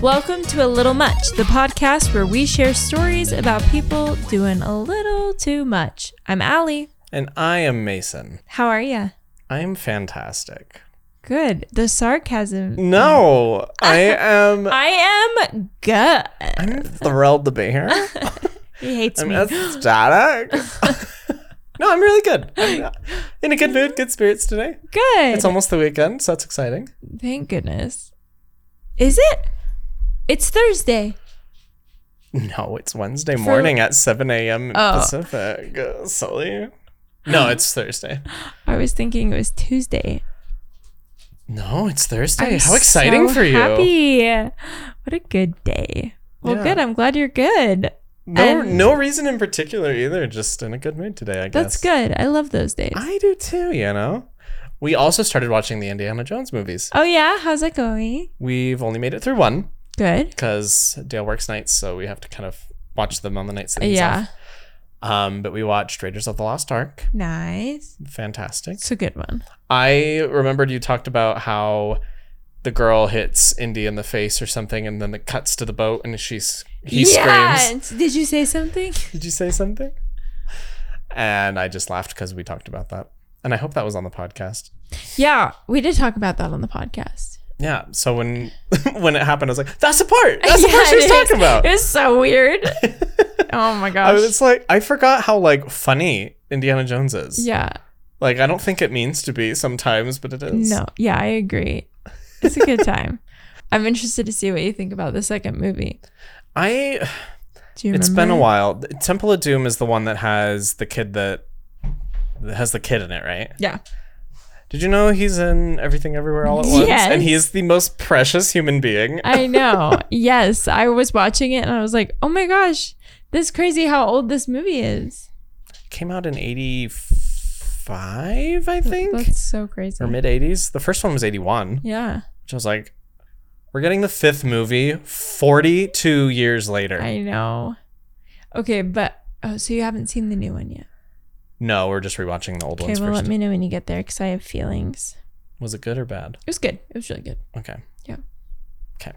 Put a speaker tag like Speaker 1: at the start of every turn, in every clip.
Speaker 1: Welcome to A Little Much, the podcast where we share stories about people doing a little too much. I'm Allie.
Speaker 2: And I am Mason.
Speaker 1: How are ya?
Speaker 2: I am fantastic.
Speaker 1: Good. The sarcasm.
Speaker 2: No, I am.
Speaker 1: Mm. I am good.
Speaker 2: I'm thrilled to be here.
Speaker 1: He hates
Speaker 2: I'm
Speaker 1: me.
Speaker 2: ecstatic. no, I'm really good. I'm uh, in a good mood, good spirits today.
Speaker 1: Good.
Speaker 2: It's almost the weekend, so that's exciting.
Speaker 1: Thank goodness. Is it? It's Thursday.
Speaker 2: No, it's Wednesday morning at 7 a.m.
Speaker 1: Oh.
Speaker 2: Pacific. Uh, Sully. No, it's Thursday.
Speaker 1: I was thinking it was Tuesday.
Speaker 2: No, it's Thursday.
Speaker 1: I'm
Speaker 2: How exciting
Speaker 1: so
Speaker 2: for you.
Speaker 1: Happy. What a good day. Well,
Speaker 2: Yeah.
Speaker 1: good. I'm glad you're good.
Speaker 2: No,
Speaker 1: And-
Speaker 2: no reason in particular either. Just in a good mood today, I guess.
Speaker 1: That's good. I love those days.
Speaker 2: I do too, you know. We also started watching the Indiana Jones movies.
Speaker 1: oh yeah, how's that going?
Speaker 2: We've only made it through one
Speaker 1: Good.
Speaker 2: because Dale works nights, so we have to kind of watch them on the nights that he's
Speaker 1: Yeah.
Speaker 2: off. Um, but we watched Raiders of the Lost Ark.
Speaker 1: Nice.
Speaker 2: Fantastic.
Speaker 1: It's a good one.
Speaker 2: I remembered you talked about how the girl hits Indy in the face or something, and then it cuts to the boat, and she's he screams.
Speaker 1: Yes! Did you say something?
Speaker 2: Did you say something? And I just laughed because we talked about that, and I hope that was on the podcast.
Speaker 1: Yeah, we did talk about that on the podcast.
Speaker 2: Yeah. So when when it happened, I was like, "That's the part. That's the part
Speaker 1: Yeah,
Speaker 2: she was
Speaker 1: it is.
Speaker 2: talking about."
Speaker 1: It was so weird. oh my
Speaker 2: I
Speaker 1: gosh.
Speaker 2: was like, I forgot how like funny Indiana Jones is.
Speaker 1: yeah.
Speaker 2: Like I don't think it means to be sometimes, but it is.
Speaker 1: No. Yeah, I agree. It's a good time. I'm interested to see what you think about the second movie.
Speaker 2: I.
Speaker 1: Do you remember?
Speaker 2: It's been a while. Temple of Doom is the one that has the kid that, that has the kid in it, right?
Speaker 1: Yeah.
Speaker 2: Did you know he's in Everything Everywhere All at Once?
Speaker 1: Yes.
Speaker 2: And he is the most precious human being.
Speaker 1: I know. yes, I was watching it and I was like, "Oh my gosh, this is crazy how old this movie is."
Speaker 2: Came out in eighty five, I think,
Speaker 1: That's so crazy.
Speaker 2: or mid eighties. The first one was eighty one.
Speaker 1: yeah.
Speaker 2: which I was like, we're getting the fifth movie 42 years later.
Speaker 1: I know. Okay, but oh, so you haven't seen the new one yet.
Speaker 2: No, we're just rewatching the old
Speaker 1: Okay,
Speaker 2: ones
Speaker 1: well,
Speaker 2: first.
Speaker 1: let me know when you get there because I have feelings.
Speaker 2: Was it good or bad?
Speaker 1: It was good. It was really good.
Speaker 2: Okay.
Speaker 1: Yeah.
Speaker 2: Okay.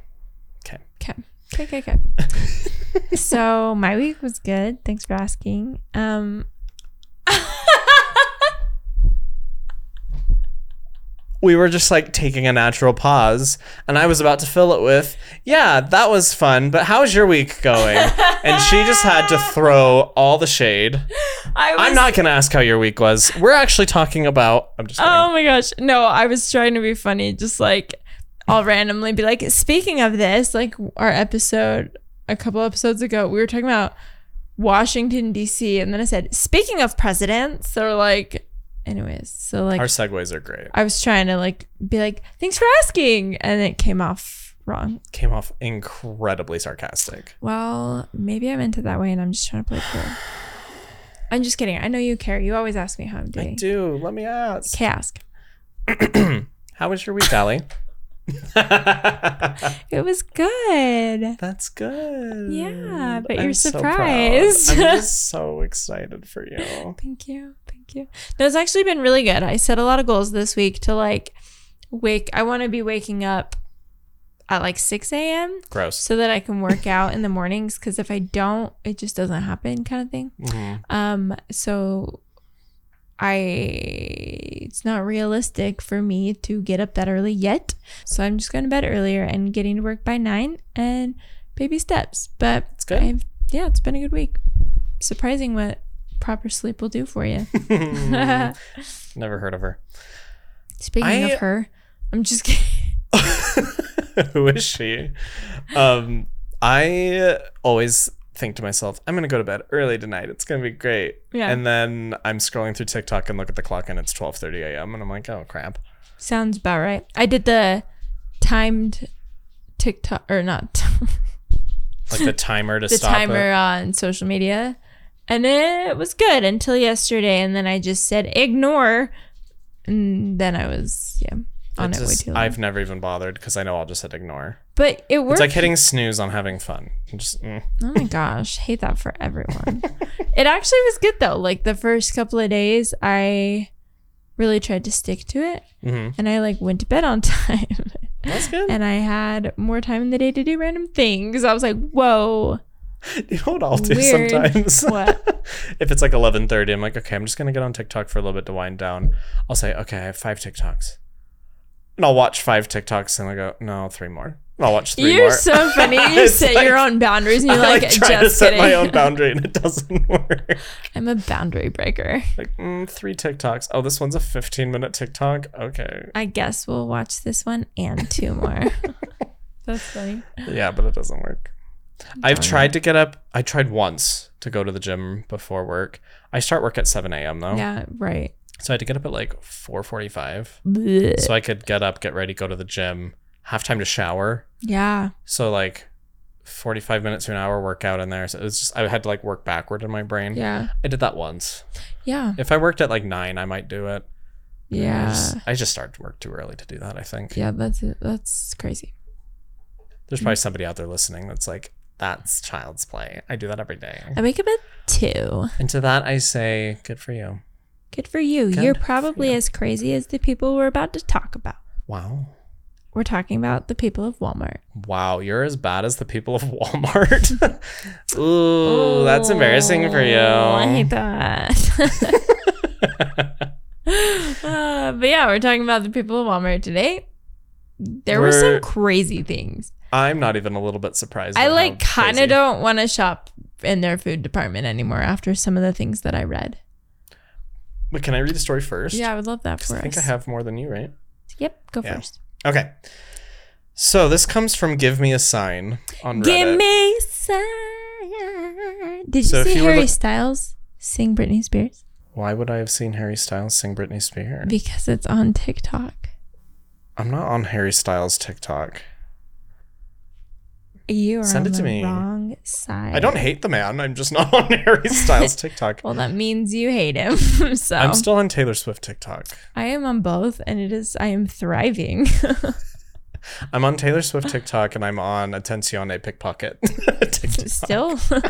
Speaker 2: Okay.
Speaker 1: Okay. Okay, okay, okay. so my week was good. Thanks for asking. Um
Speaker 2: We were just like taking a natural pause, and I was about to fill it with, Yeah, that was fun, but how's your week going? and she just had to throw all the shade.
Speaker 1: I was
Speaker 2: I'm not going to ask how your week was. We're actually talking about. I'm just kidding.
Speaker 1: Oh my gosh. No, I was trying to be funny, just like I'll randomly be like, speaking of this, like our episode a couple episodes ago, we were talking about Washington DC and then I said, speaking of presidents, or like anyways, so like
Speaker 2: Our segues are great.
Speaker 1: I was trying to like be like, thanks for asking and it came off wrong.
Speaker 2: Came off incredibly sarcastic.
Speaker 1: Well, maybe I meant it that way and I'm just trying to play cool. I'm just kidding. I know you care. You always ask me how I'm doing.
Speaker 2: I do. Let me ask.
Speaker 1: Okay, ask.
Speaker 2: How was your week, Allie? That's
Speaker 1: It was good.
Speaker 2: good.
Speaker 1: Yeah, but
Speaker 2: I'm
Speaker 1: you're
Speaker 2: so
Speaker 1: surprised.
Speaker 2: proud. I'm just so excited for you.
Speaker 1: Thank you. Thank you. No, it's actually been really good. I set a lot of goals this week to like wake. I want to be waking up at like 6 a.m.
Speaker 2: Gross.
Speaker 1: so that I can work out in the mornings. Cause if I don't, it just doesn't happen kind of thing.
Speaker 2: Mhm.
Speaker 1: Um, so I, it's not realistic for me to get up that early yet. So I'm just going to bed earlier and getting to work by nine and baby steps. But
Speaker 2: It's good.
Speaker 1: I've, yeah, it's been a good week. Surprising what proper sleep will do for you.
Speaker 2: Never heard of her.
Speaker 1: Speaking
Speaker 2: Mm. I-
Speaker 1: of her, I'm just kidding.
Speaker 2: Who is she? Um, I always think to myself, I'm gonna go to bed early tonight. It's gonna be great.
Speaker 1: Yeah.
Speaker 2: And then I'm scrolling through TikTok and look at the clock and it's 12:30 a.m. and I'm like, oh crap.
Speaker 1: Sounds about right. I did the timed TikTok or not
Speaker 2: Like the timer to
Speaker 1: the
Speaker 2: stop it.
Speaker 1: timer on social media, and it was good until yesterday, and then I just said ignore, and then I was yeah. on it, way
Speaker 2: Just-
Speaker 1: too long.
Speaker 2: I've never even bothered because I know I'll just hit ignore.
Speaker 1: but it works.
Speaker 2: It's like hitting snooze on having fun. I'm Just mm.
Speaker 1: Oh my gosh, hate that for everyone. it actually was good though. Like the first couple of days, I really tried to stick to it,
Speaker 2: Mhm.
Speaker 1: and I like went to bed on time,
Speaker 2: that's good.
Speaker 1: and I had more time in the day to do random things. I was like, whoa,
Speaker 2: you know what I'll do
Speaker 1: Weird.
Speaker 2: sometimes?
Speaker 1: what?
Speaker 2: if it's like 11.30 i'm like okay i'm just gonna get on tiktok for a little bit to wind down i'll say okay i have five tiktoks and i'll watch five tiktoks and i go no three more and i'll watch 3
Speaker 1: you're
Speaker 2: more
Speaker 1: so funny. You
Speaker 2: It's
Speaker 1: set
Speaker 2: like-
Speaker 1: your own boundaries, and
Speaker 2: I
Speaker 1: you're like,
Speaker 2: like, try
Speaker 1: just
Speaker 2: to set
Speaker 1: kidding.
Speaker 2: my own boundary and it doesn't work
Speaker 1: I'm a boundary breaker.
Speaker 2: like mm, three tiktoks oh this one's a 15 minute tiktok okay
Speaker 1: I guess we'll watch this one and two more. That's funny.
Speaker 2: yeah but it doesn't work i've tried to get up i tried once to go to the gym before work i start work at 7 a.m though
Speaker 1: Yeah, right.
Speaker 2: so i had to get up at like 4.45
Speaker 1: Blech.
Speaker 2: so I could get up, get ready, go to the gym, have time to shower.
Speaker 1: Yeah.
Speaker 2: So like 45 minutes to an hour workout in there. So it was just I had to like work backward in my brain.
Speaker 1: Yeah.
Speaker 2: I did that once.
Speaker 1: Yeah.
Speaker 2: If I worked at like nine, I might do it. I
Speaker 1: Yeah.
Speaker 2: just, I just started work too early to do that, I think.
Speaker 1: Yeah, that's it. That's crazy.
Speaker 2: There's probably somebody out there listening that's like, that's child's play. I do that every day.
Speaker 1: I wake up at two.
Speaker 2: And to that I say, good for you.
Speaker 1: Good for you.
Speaker 2: Good
Speaker 1: You're
Speaker 2: for
Speaker 1: probably
Speaker 2: you.
Speaker 1: as crazy as the people we're about to talk about.
Speaker 2: Wow.
Speaker 1: We're talking about the people of Walmart.
Speaker 2: Wow, you're as bad as the people of Walmart. Ooh, that's embarrassing for you.
Speaker 1: Oh, I hate that. Uh, but yeah, we're talking about the people of Walmart today. There were,
Speaker 2: We're-
Speaker 1: some crazy things.
Speaker 2: I'm not even a little bit surprised.
Speaker 1: I
Speaker 2: at how
Speaker 1: like kind
Speaker 2: crazy-
Speaker 1: of don't want to shop in their food department anymore after some of the things that I read.
Speaker 2: But can I read the story first?
Speaker 1: Yeah, I would love that
Speaker 2: 'Cause
Speaker 1: for
Speaker 2: I
Speaker 1: us.
Speaker 2: think I have more than you, right?
Speaker 1: Yep, go
Speaker 2: Yeah.
Speaker 1: first.
Speaker 2: Okay. So this comes from Give Me a Sign on Reddit.
Speaker 1: Give me sign. Did you
Speaker 2: So if
Speaker 1: see
Speaker 2: you were
Speaker 1: Harry
Speaker 2: look-
Speaker 1: Styles sing Britney Spears?
Speaker 2: Why would I have seen Harry Styles sing Britney Spears?
Speaker 1: Because it's on TikTok.
Speaker 2: I'm not on Harry Styles TikTok.
Speaker 1: You are
Speaker 2: Send
Speaker 1: on
Speaker 2: it to
Speaker 1: the
Speaker 2: me.
Speaker 1: wrong side.
Speaker 2: I don't hate the man. I'm just not on Harry Styles TikTok.
Speaker 1: Well, um, that means you hate him. so
Speaker 2: I'm still on Taylor Swift TikTok.
Speaker 1: I am on both, and it is I am thriving.
Speaker 2: I'm on Taylor Swift TikTok and I'm on Attenzione Pickpocket TikTok.
Speaker 1: still.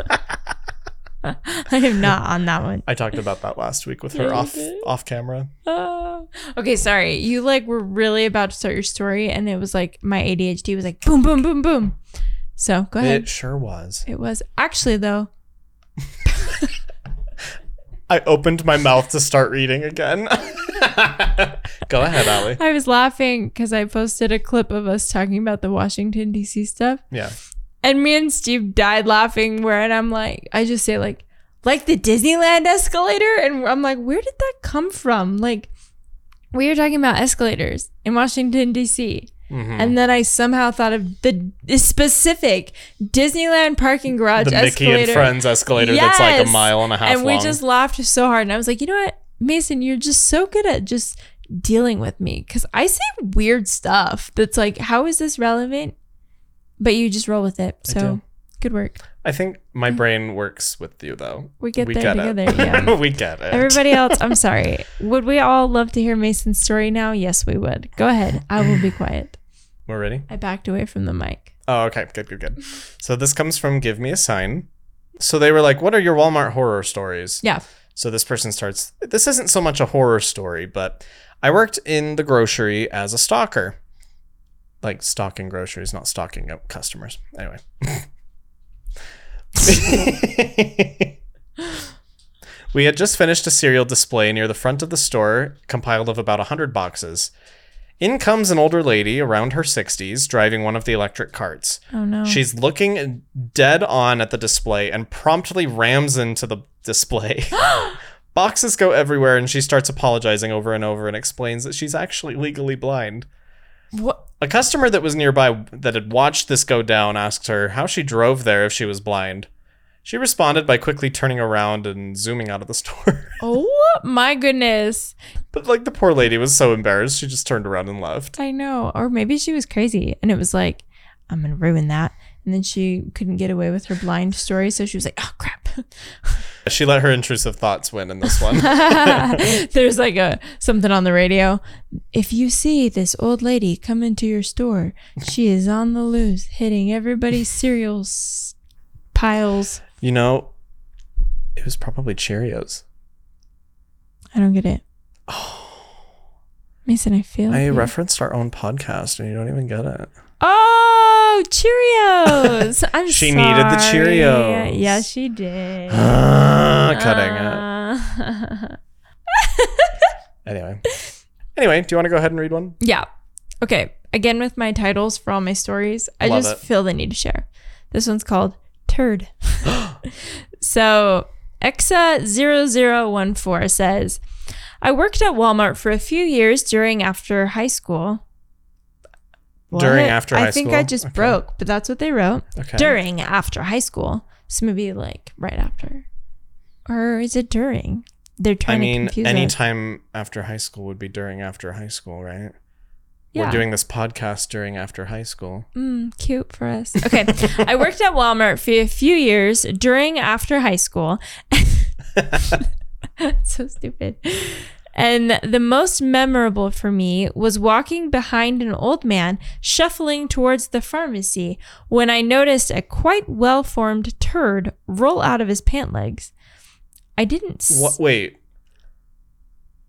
Speaker 1: I am not on that one.
Speaker 2: I talked about that last week with
Speaker 1: Yeah,
Speaker 2: her
Speaker 1: you
Speaker 2: off
Speaker 1: did.
Speaker 2: off camera.
Speaker 1: Oh. Okay, sorry. You like were really about to start your story, and it was like my ADHD was like boom, boom, boom, boom. So go ahead.
Speaker 2: It sure was.
Speaker 1: It was actually though.
Speaker 2: I opened my mouth to start reading again. Go ahead, Allie.
Speaker 1: I was laughing because I posted a clip of us talking about the Washington D.C. stuff,
Speaker 2: Yeah.
Speaker 1: and me and Steve died laughing. Where and I'm like, I just say like, like the Disneyland escalator, and I'm like, where did that come from? Like, we were talking about escalators in Washington D.C.
Speaker 2: Mhm.
Speaker 1: And then I somehow thought of the specific Disneyland parking garage
Speaker 2: The
Speaker 1: escalator.
Speaker 2: Mickey and Friends escalator that's like
Speaker 1: Yes.
Speaker 2: a mile and a half
Speaker 1: and we
Speaker 2: long.
Speaker 1: just laughed so hard and i was like you know what mason you're just so good at just dealing with me because i say weird stuff that's like how is this relevant but you just roll with it so
Speaker 2: do.
Speaker 1: good work
Speaker 2: I think my brain works with you though.
Speaker 1: We get there
Speaker 2: it.
Speaker 1: together, yeah.
Speaker 2: we get it.
Speaker 1: everybody else i'm sorry would we all love to hear mason's story now yes we would go ahead i will be quiet
Speaker 2: We're ready?
Speaker 1: i backed away from the mic
Speaker 2: Oh, okay. Good, good, good. So this comes from Give Me a Sign. So they were like, What are your Walmart horror stories?
Speaker 1: yeah
Speaker 2: So this person starts this isn't so much a horror story, but I worked in the grocery as a stalker. Like stocking groceries, not stocking up customers. Anyway. we had just finished a cereal display near the front of the store, compiled of about 100 boxes. In comes an older lady around her 60s, driving one of the electric carts.
Speaker 1: oh no
Speaker 2: She's looking dead on at the display and promptly rams into the display. Boxes go everywhere, and she starts apologizing over and over and explains that she's actually legally blind.
Speaker 1: what
Speaker 2: A customer that was nearby that had watched this go down asked her how she drove there if she was blind. She responded by quickly turning around and zooming out of the store.
Speaker 1: oh my goodness
Speaker 2: but, like, the poor lady was so embarrassed, she just turned around and left.
Speaker 1: I know. Or maybe she was crazy and it was like, I'm going to ruin that. And then she couldn't get away with her blind story. So she was like, oh, crap.
Speaker 2: She let her intrusive thoughts win in this one.
Speaker 1: There's like a something on the radio. If you see this old lady come into your store, she is on the loose, hitting everybody's cereal s- piles.
Speaker 2: you know, it was probably Cheerios.
Speaker 1: I don't get it. Mason, I feel.
Speaker 2: I
Speaker 1: you.
Speaker 2: referenced our own podcast and you don't even get it.
Speaker 1: oh, Cheerios! I'm
Speaker 2: She needed the
Speaker 1: sorry.
Speaker 2: Cheerios.
Speaker 1: Yeah, she did.
Speaker 2: Ah,
Speaker 1: Ah.
Speaker 2: Cutting it.
Speaker 1: Uh,
Speaker 2: Anyway. Anyway, do you want to go ahead and read one?
Speaker 1: Yeah. Okay. Again, with my titles for all my stories, I
Speaker 2: Love
Speaker 1: just
Speaker 2: it.
Speaker 1: feel the need to share. This one's called Turd. so, Exa0014 says, I worked at Walmart for a few years during after high school.
Speaker 2: During
Speaker 1: What?
Speaker 2: after
Speaker 1: I
Speaker 2: high
Speaker 1: think
Speaker 2: school?
Speaker 1: I just
Speaker 2: Okay.
Speaker 1: broke, but that's what they wrote.
Speaker 2: Okay.
Speaker 1: During after high school. So maybe like right after. Or is it during? They're
Speaker 2: I
Speaker 1: trying to
Speaker 2: mean,
Speaker 1: confuse
Speaker 2: any
Speaker 1: us.
Speaker 2: time after high school would be during after high school, right?
Speaker 1: Yeah.
Speaker 2: We're doing this podcast during after high school.
Speaker 1: Mm, cute for us. Okay. I worked at Walmart for a few years during after high school. so stupid. And the most memorable for me was walking behind an old man shuffling towards the pharmacy when I noticed a quite well formed turd roll out of his pant legs. I didn't. s-
Speaker 2: What? Wait.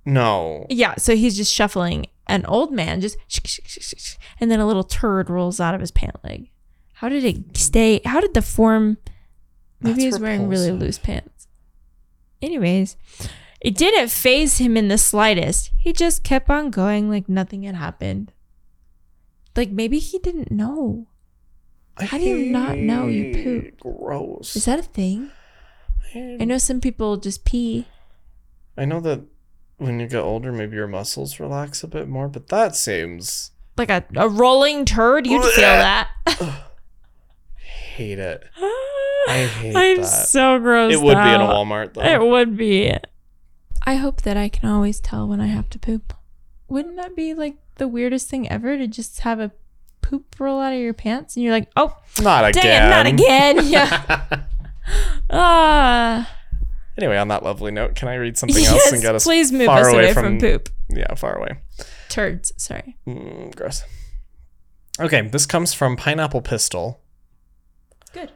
Speaker 2: No.
Speaker 1: Yeah, so he's just shuffling an old man, just sh- sh- sh- sh- sh- and then a little turd rolls out of his pant leg. How did it stay? How did the form? Maybe
Speaker 2: That's
Speaker 1: he was wearing really
Speaker 2: repulsive.
Speaker 1: loose pants. Anyways, it didn't phase him in the slightest. He just kept on going like nothing had happened. Like maybe he didn't know.
Speaker 2: I
Speaker 1: How do you not know you
Speaker 2: hate-
Speaker 1: pooped?
Speaker 2: Gross.
Speaker 1: Is that a thing? I know some people just pee.
Speaker 2: I know that when you get older, maybe your muscles relax a bit more, but that seems
Speaker 1: Like a, a rolling turd, you'd feel that.
Speaker 2: hate it.
Speaker 1: I
Speaker 2: hate
Speaker 1: I'm
Speaker 2: that.
Speaker 1: so gross.
Speaker 2: It would be in a
Speaker 1: out.
Speaker 2: Walmart though.
Speaker 1: It would be. I hope that I can always tell when I have to poop. Wouldn't that be like the weirdest thing ever to just have a poop roll out of your pants and you're like, oh,
Speaker 2: not
Speaker 1: dang
Speaker 2: again.
Speaker 1: it, not again. Yeah. Ah.
Speaker 2: anyway, on that lovely note, can I read something
Speaker 1: yes,
Speaker 2: else and get us
Speaker 1: please move
Speaker 2: far
Speaker 1: us
Speaker 2: away
Speaker 1: away
Speaker 2: from-
Speaker 1: from, poop.
Speaker 2: yeah far away?
Speaker 1: Turds. Sorry.
Speaker 2: Mm, gross. Okay, this comes from Pineapple Pistol.
Speaker 1: Good.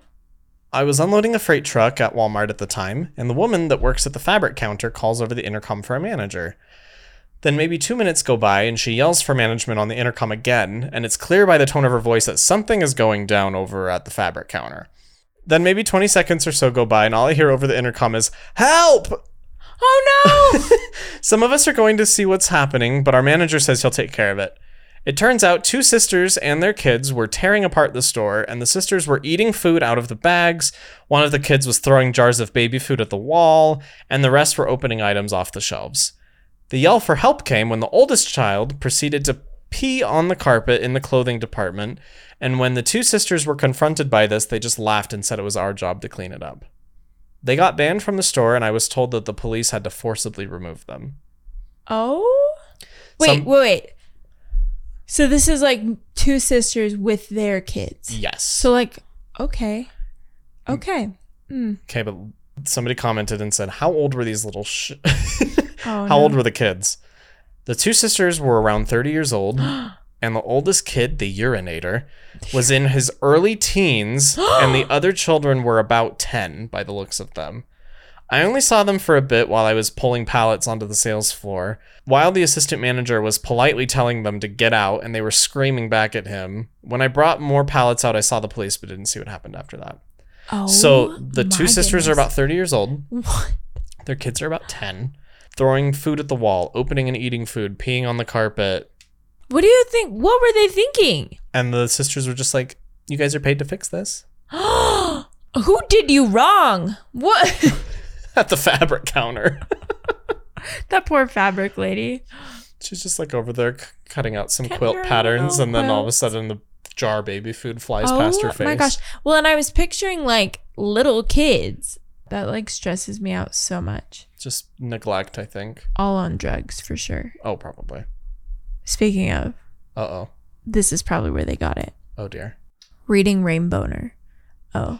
Speaker 2: I was unloading a freight truck at Walmart at the time, and the woman that works at the fabric counter calls over the intercom for a manager. Then maybe two minutes go by, and she yells for management on the intercom again, and it's clear by the tone of her voice that something is going down over at the fabric counter. Then maybe 20 seconds or so go by, and all I hear over the intercom is, Help!
Speaker 1: Oh no.
Speaker 2: Some of us are going to see what's happening, but our manager says he'll take care of it. It turns out two sisters and their kids were tearing apart the store, and the sisters were eating food out of the bags. One of the kids was throwing jars of baby food at the wall, and the rest were opening items off the shelves. The yell for help came when the oldest child proceeded to pee on the carpet in the clothing department, and when the two sisters were confronted by this, they just laughed and said it was our job to clean it up. They got banned from the store, and I was told that the police had to forcibly remove them.
Speaker 1: oh. Wait,
Speaker 2: Some-
Speaker 1: wait, wait. So this is like two sisters with their kids.
Speaker 2: Yes.
Speaker 1: So like, okay, okay. Mm.
Speaker 2: okay, but somebody commented and said, "How old were these little sh-
Speaker 1: Oh,
Speaker 2: How old were the kids?" The two sisters were around 30 years old, and the oldest kid, the urinator, was in his early teens, and the other children were about 10 by the looks of them. I only saw them for a bit while I was pulling pallets onto the sales floor, while the assistant manager was politely telling them to get out and they were screaming back at him. When I brought more pallets out, I saw the police but didn't see what happened after that.
Speaker 1: Oh,
Speaker 2: So the two
Speaker 1: my
Speaker 2: sisters are
Speaker 1: goodness.
Speaker 2: about 30 years old.
Speaker 1: What?
Speaker 2: Their kids are about 10. Throwing food at the wall, opening and eating food, peeing on the carpet.
Speaker 1: What do you think? What were they thinking?
Speaker 2: And the sisters were just like, You guys are paid to fix this?
Speaker 1: Who did you wrong? What?
Speaker 2: At the fabric counter.
Speaker 1: that poor fabric lady.
Speaker 2: She's just like over there c- cutting out some
Speaker 1: Cutting
Speaker 2: quilt
Speaker 1: her
Speaker 2: patterns.
Speaker 1: little
Speaker 2: And then all of a
Speaker 1: quilts.
Speaker 2: sudden, the jar of baby food flies
Speaker 1: oh
Speaker 2: past her face.
Speaker 1: my gosh. Well, and I was picturing like little kids. That like stresses me out so much.
Speaker 2: Just neglect, I think.
Speaker 1: All on drugs for sure.
Speaker 2: Oh, probably.
Speaker 1: Speaking of,
Speaker 2: Uh oh.
Speaker 1: this is probably where they got it.
Speaker 2: Oh, dear.
Speaker 1: Reading Rainbowner. Oh.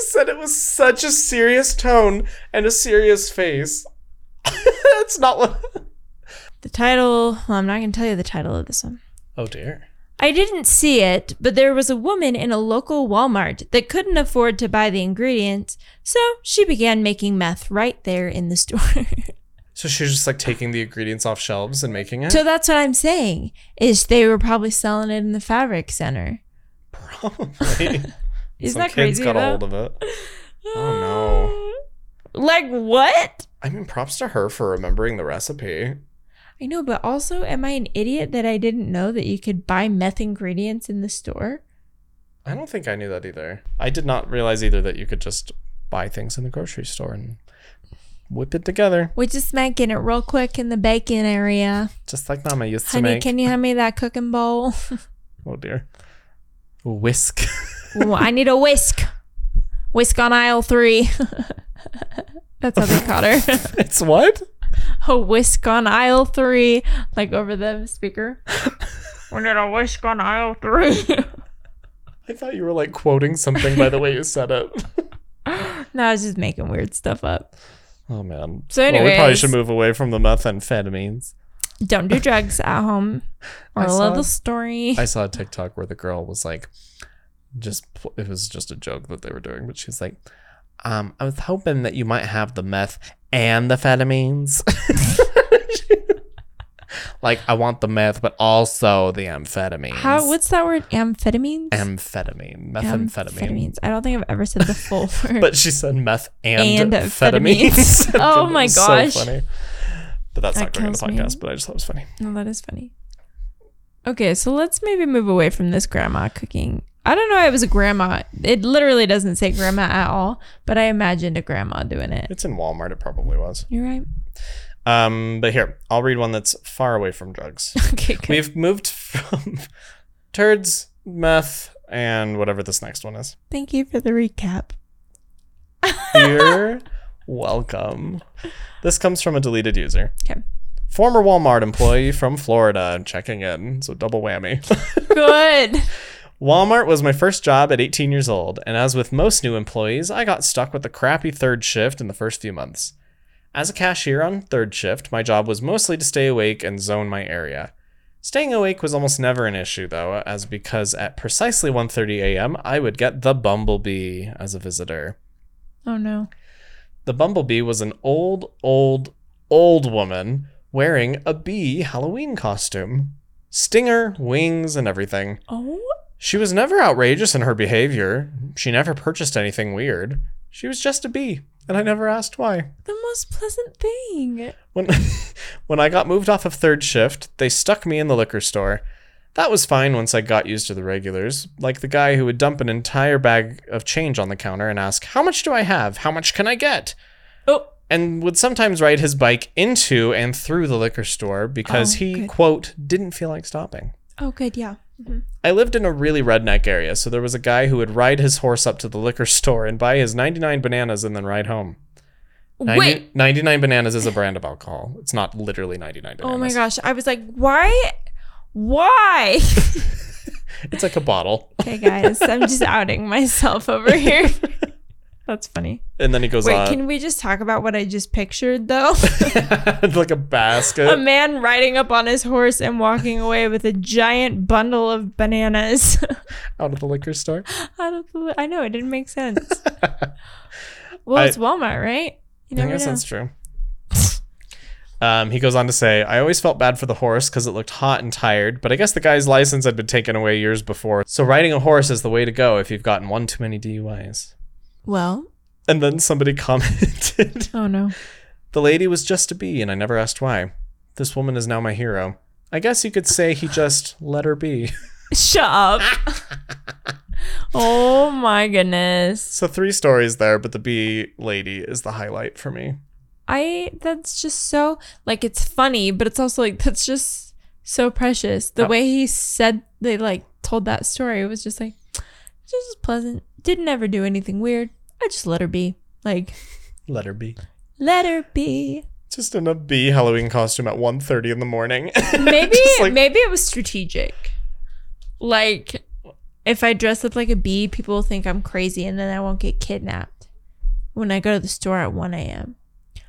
Speaker 2: said it was such a serious tone and a serious face. That's not what.
Speaker 1: The title, well, I'm not going to tell you the title of this one.
Speaker 2: Oh dear.
Speaker 1: I didn't see it, but there was a woman in a local Walmart that couldn't afford to buy the ingredients, so she began making meth right there in the store.
Speaker 2: So she was just like taking the ingredients off shelves and making it.
Speaker 1: so that's what I'm saying is they were probably selling it in the fabric center.
Speaker 2: Probably.
Speaker 1: Isn't
Speaker 2: Some
Speaker 1: that
Speaker 2: kids
Speaker 1: crazy?
Speaker 2: got
Speaker 1: though?
Speaker 2: a hold of it. Oh,
Speaker 1: Like what?
Speaker 2: I mean, props to her for remembering the recipe.
Speaker 1: I know, but also, am I an idiot that I didn't know that you could buy meth ingredients in the store?
Speaker 2: I don't think I knew that either. I did not realize either that you could just buy things in the grocery store and whip it together,
Speaker 1: We're just making it real quick in the baking area.
Speaker 2: just like Mama used to
Speaker 1: Honey,
Speaker 2: make.
Speaker 1: can you hand me that cooking bowl?
Speaker 2: oh dear. Whisk.
Speaker 1: Ooh, I need a whisk. Whisk on aisle three. That's how they caught her.
Speaker 2: it's what?
Speaker 1: a whisk on aisle three, like over the speaker. we need a whisk on aisle three.
Speaker 2: I thought you were like quoting something by the way you said it.
Speaker 1: no, I was just making weird stuff up.
Speaker 2: Oh man.
Speaker 1: So
Speaker 2: well, we probably
Speaker 1: anyways.
Speaker 2: should move away from the methamphetamines.
Speaker 1: Don't do drugs at home.
Speaker 2: I
Speaker 1: Moral of
Speaker 2: saw-
Speaker 1: the story.
Speaker 2: I saw a TikTok where the girl was like, just pl- it was just a joke that they were doing, but she was like, um, I was hoping that you might have the meth and the amphetamines. like I want the meth, but also the amphetamines.
Speaker 1: How? What's that word? Amphetamines.
Speaker 2: amphetamine? Methamphetamine.
Speaker 1: I don't think I've ever said the full word.
Speaker 2: But she said meth and,
Speaker 1: And
Speaker 2: amphetamines.
Speaker 1: amphetamines. Oh
Speaker 2: It
Speaker 1: my
Speaker 2: was so
Speaker 1: gosh.
Speaker 2: funny. But that's
Speaker 1: That
Speaker 2: not going on the
Speaker 1: kills me.
Speaker 2: podcast. But I just thought it was funny.
Speaker 1: no, Oh, that is funny. Okay, so let's maybe move away from this grandma cooking. I don't know. why It was a grandma. It literally doesn't say grandma at all, but I imagined a grandma doing it.
Speaker 2: It's in Walmart. It probably was.
Speaker 1: You're right.
Speaker 2: Um, but here, I'll read one that's far away from drugs.
Speaker 1: Okay, good.
Speaker 2: We've moved from turds, meth, and whatever this next one is.
Speaker 1: Thank you for the recap.
Speaker 2: You're welcome. This comes from a deleted user.
Speaker 1: Okay.
Speaker 2: Former Walmart employee from Florida checking in, so double whammy.
Speaker 1: Good.
Speaker 2: Walmart was my first job at 18 years old, and as with most new employees, I got stuck with the crappy third shift in the first few months. As a cashier on third shift, my job was mostly to stay awake and zone my area. Staying awake was almost never an issue though, as because at precisely 1:30 a.m., I would get the bumblebee as a visitor.
Speaker 1: Oh no.
Speaker 2: The bumblebee was an old, old, old woman wearing a bee Halloween costume. Stinger, wings, and everything.
Speaker 1: Oh.
Speaker 2: She was never outrageous in her behavior. She never purchased anything weird. She was just a bee, and I never asked why.
Speaker 1: The most pleasant thing.
Speaker 2: When when I got moved off of third shift, they stuck me in the liquor store. That was fine once I got used to the regulars, like the guy who would dump an entire bag of change on the counter and ask, "How much do I have? How much can I get?"
Speaker 1: Oh.
Speaker 2: And would sometimes ride his bike into and through the liquor store because
Speaker 1: Oh,
Speaker 2: he,
Speaker 1: good.
Speaker 2: quote, didn't feel like stopping.
Speaker 1: Oh, good. Yeah. Mhm.
Speaker 2: I lived in a really redneck area, so there was a guy who would ride his horse up to the liquor store and buy his 99 bananas and then ride home. 90
Speaker 1: Wait.
Speaker 2: 99 bananas is a brand of alcohol. It's not literally 99 bananas.
Speaker 1: Oh my gosh. I was like, why? Why?
Speaker 2: It's like a bottle.
Speaker 1: okay, guys. I'm just outing myself over here. That's funny.
Speaker 2: And then he goes uh,
Speaker 1: Wait,
Speaker 2: on.
Speaker 1: can we just talk about what I just pictured though?
Speaker 2: like a
Speaker 1: a
Speaker 2: basket.
Speaker 1: man riding up on his horse and walking away with a giant bundle of bananas.
Speaker 2: out of the liquor store.
Speaker 1: I don't believe- I know it didn't make sense. well,
Speaker 2: I-
Speaker 1: it's Walmart, right? You
Speaker 2: I
Speaker 1: never
Speaker 2: guess
Speaker 1: know.
Speaker 2: that's true. Um, he goes on to say, I always felt bad for the horse because it looked hot and tired, but I guess the guy's license had been taken away years before. So riding a horse is the way to go if you've gotten one too many DUIs.
Speaker 1: Well,
Speaker 2: And then somebody commented,
Speaker 1: oh no.
Speaker 2: The lady was just a bee, and I never asked why. This woman is now my hero. I guess you could say he just let her be.
Speaker 1: Shut up. oh my goodness.
Speaker 2: So, three stories there, but the bee lady is the highlight for me.
Speaker 1: I that's just so like it's funny, but it's also like that's just so precious. The
Speaker 2: Uh,
Speaker 1: way he said they like told that story was just like just pleasant. Didn't ever do anything weird. I just let her be. Like
Speaker 2: Let her be.
Speaker 1: let her be.
Speaker 2: Just in a bee Halloween costume at 1.30 in the morning.
Speaker 1: Maybe
Speaker 2: Just like-
Speaker 1: maybe it was strategic. Like if I dress up like a bee, people will think I'm crazy and then I won't get kidnapped when I go to the store at 1 a.m.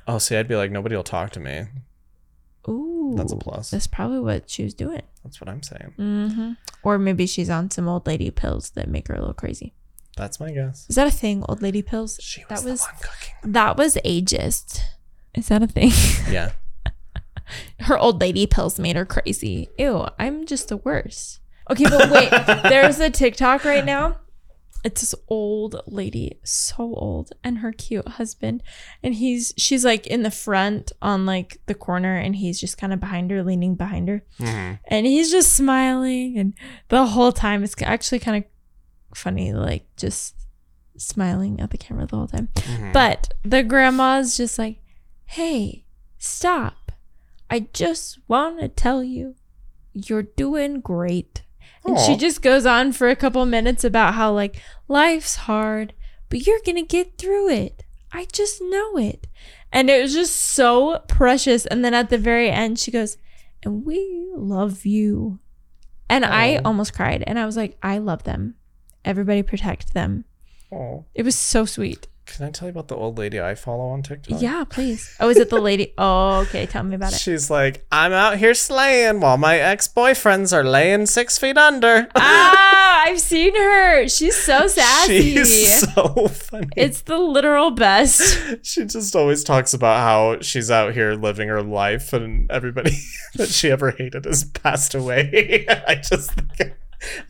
Speaker 2: Oh, see, I'd be like, nobody will talk to me.
Speaker 1: Ooh.
Speaker 2: That's a plus.
Speaker 1: That's probably what she was doing.
Speaker 2: That's what I'm saying.
Speaker 1: Mm-hmm. Or maybe she's on some old lady pills that make her a little crazy.
Speaker 2: That's my guess.
Speaker 1: Is that a thing, old lady pills?
Speaker 2: She
Speaker 1: that
Speaker 2: was,
Speaker 1: was-
Speaker 2: the one cooking.
Speaker 1: That was ageist. Is that a thing?
Speaker 2: Yeah.
Speaker 1: her old lady pills made her crazy. Ew, I'm just the worst. Okay, but wait, there's a TikTok right now. It's this old lady, so old, and her cute husband. And he's she's like in the front on like the corner and he's just kind of behind her, leaning behind her.
Speaker 2: hmm
Speaker 1: And he's just smiling and the whole time it's actually kind of funny, like just smiling at the camera the whole time.
Speaker 2: mm-hmm.
Speaker 1: But the grandma's just like, hey, stop. I just want to tell you, you're doing great. And she
Speaker 2: Aw.
Speaker 1: just goes on for a couple minutes about how, like, life's hard, but you're going to get through it. I just know it. And it was just so precious. And then at the very end, she goes, and we love you. And I
Speaker 2: Aw.
Speaker 1: almost cried. And I was like, I love them. Everybody protect them.
Speaker 2: Oh.
Speaker 1: It was so sweet.
Speaker 2: Can I tell you about the old lady I follow on TikTok?
Speaker 1: Yeah, please. Oh, is it the lady? Oh, okay. Tell me about it.
Speaker 2: She's like, I'm out here slaying while my ex boyfriends are laying six feet under.
Speaker 1: Ah, I've seen her. She's so sassy.
Speaker 2: She's so funny.
Speaker 1: it's the literal best.
Speaker 2: she just always talks about how she's out here living her life and everybody that she ever hated has passed away. I just think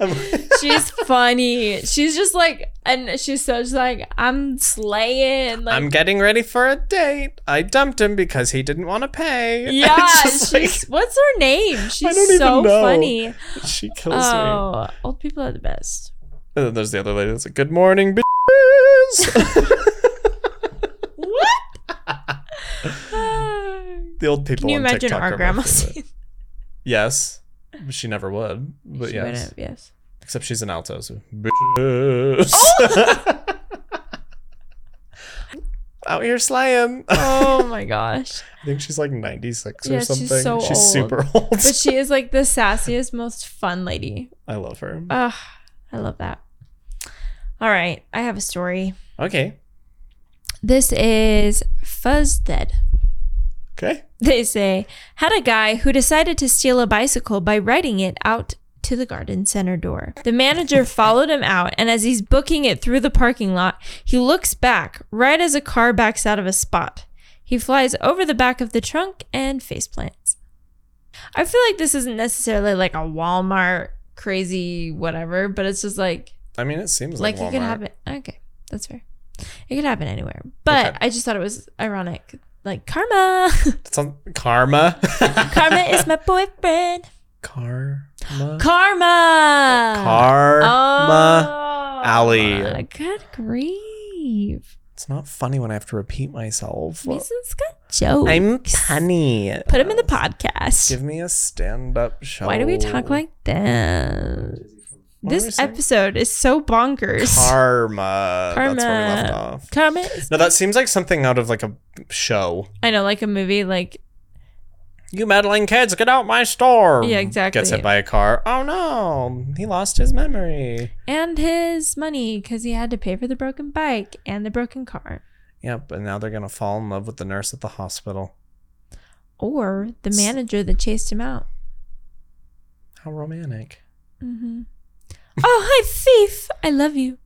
Speaker 2: I'm
Speaker 1: She's funny. She's just like, and she's so just like, I'm slaying. Like,
Speaker 2: I'm getting ready for a date. I dumped him because he didn't want to pay.
Speaker 1: yeah.
Speaker 2: It's just like,
Speaker 1: she's what's her name? She's
Speaker 2: don't even
Speaker 1: so
Speaker 2: know.
Speaker 1: funny.
Speaker 2: she kills me.
Speaker 1: Oh, old people are the best.
Speaker 2: And then there's the other lady that's like, Good morning, bitches.
Speaker 1: What? Can
Speaker 2: the old people
Speaker 1: you
Speaker 2: on
Speaker 1: imagine
Speaker 2: TikTok are
Speaker 1: our
Speaker 2: my
Speaker 1: grandma
Speaker 2: favorite.
Speaker 1: seeing?
Speaker 2: Yes. She never would. But
Speaker 1: She
Speaker 2: yes.
Speaker 1: wouldn't, yes.
Speaker 2: Except she's an alto, so
Speaker 1: Oh!
Speaker 2: bitches. Out here slaying. I
Speaker 1: Oh my gosh.
Speaker 2: think she's like 96
Speaker 1: Yeah,
Speaker 2: or
Speaker 1: she's
Speaker 2: something. She's,
Speaker 1: so old.
Speaker 2: super old.
Speaker 1: But she is like the sassiest, most fun lady.
Speaker 2: I love her.
Speaker 1: Ugh, I love that. All right, I have a story.
Speaker 2: Okay.
Speaker 1: This is Fuzz Dead.
Speaker 2: Okay.
Speaker 1: They say, had a guy who decided to steal a bicycle by riding it out to the garden center door. The manager followed him out, and as he's booking it through the parking lot, he looks back right as a car backs out of a spot. He flies over the back of the trunk and face plants. I feel like this isn't necessarily like a Walmart crazy whatever, but it's just like
Speaker 2: I mean, it seems like,
Speaker 1: like it could
Speaker 2: Walmart.
Speaker 1: happen. Okay, that's fair. It could happen anywhere, but
Speaker 2: Okay.
Speaker 1: I just thought it was ironic. Like karma,
Speaker 2: It's on- karma.
Speaker 1: karma is my boyfriend.
Speaker 2: karma.
Speaker 1: Karma.
Speaker 2: karma.
Speaker 1: Oh,
Speaker 2: Alley.
Speaker 1: Good grief.
Speaker 2: It's not funny when I have to repeat myself.
Speaker 1: Mason's got jokes.
Speaker 2: I'm punny.
Speaker 1: Put him in the podcast.
Speaker 2: Give me a stand-up show.
Speaker 1: Why do we talk like that?
Speaker 2: What were we
Speaker 1: This
Speaker 2: saying?
Speaker 1: episode is so bonkers.
Speaker 2: karma? That's where we left
Speaker 1: Karma.
Speaker 2: off.
Speaker 1: karma. Is,
Speaker 2: No, that seems like something out of like a show.
Speaker 1: I know, like a movie, like
Speaker 2: You meddling kids, get out my store.
Speaker 1: Yeah, exactly.
Speaker 2: Gets hit by a car. Oh no, he lost his memory.
Speaker 1: and his money because he had to pay for the broken bike and the broken car.
Speaker 2: Yep, and now they're gonna fall in love with the nurse at the hospital.
Speaker 1: or the manager that chased him out.
Speaker 2: How romantic.
Speaker 1: hmm oh, hi, thief! I love you.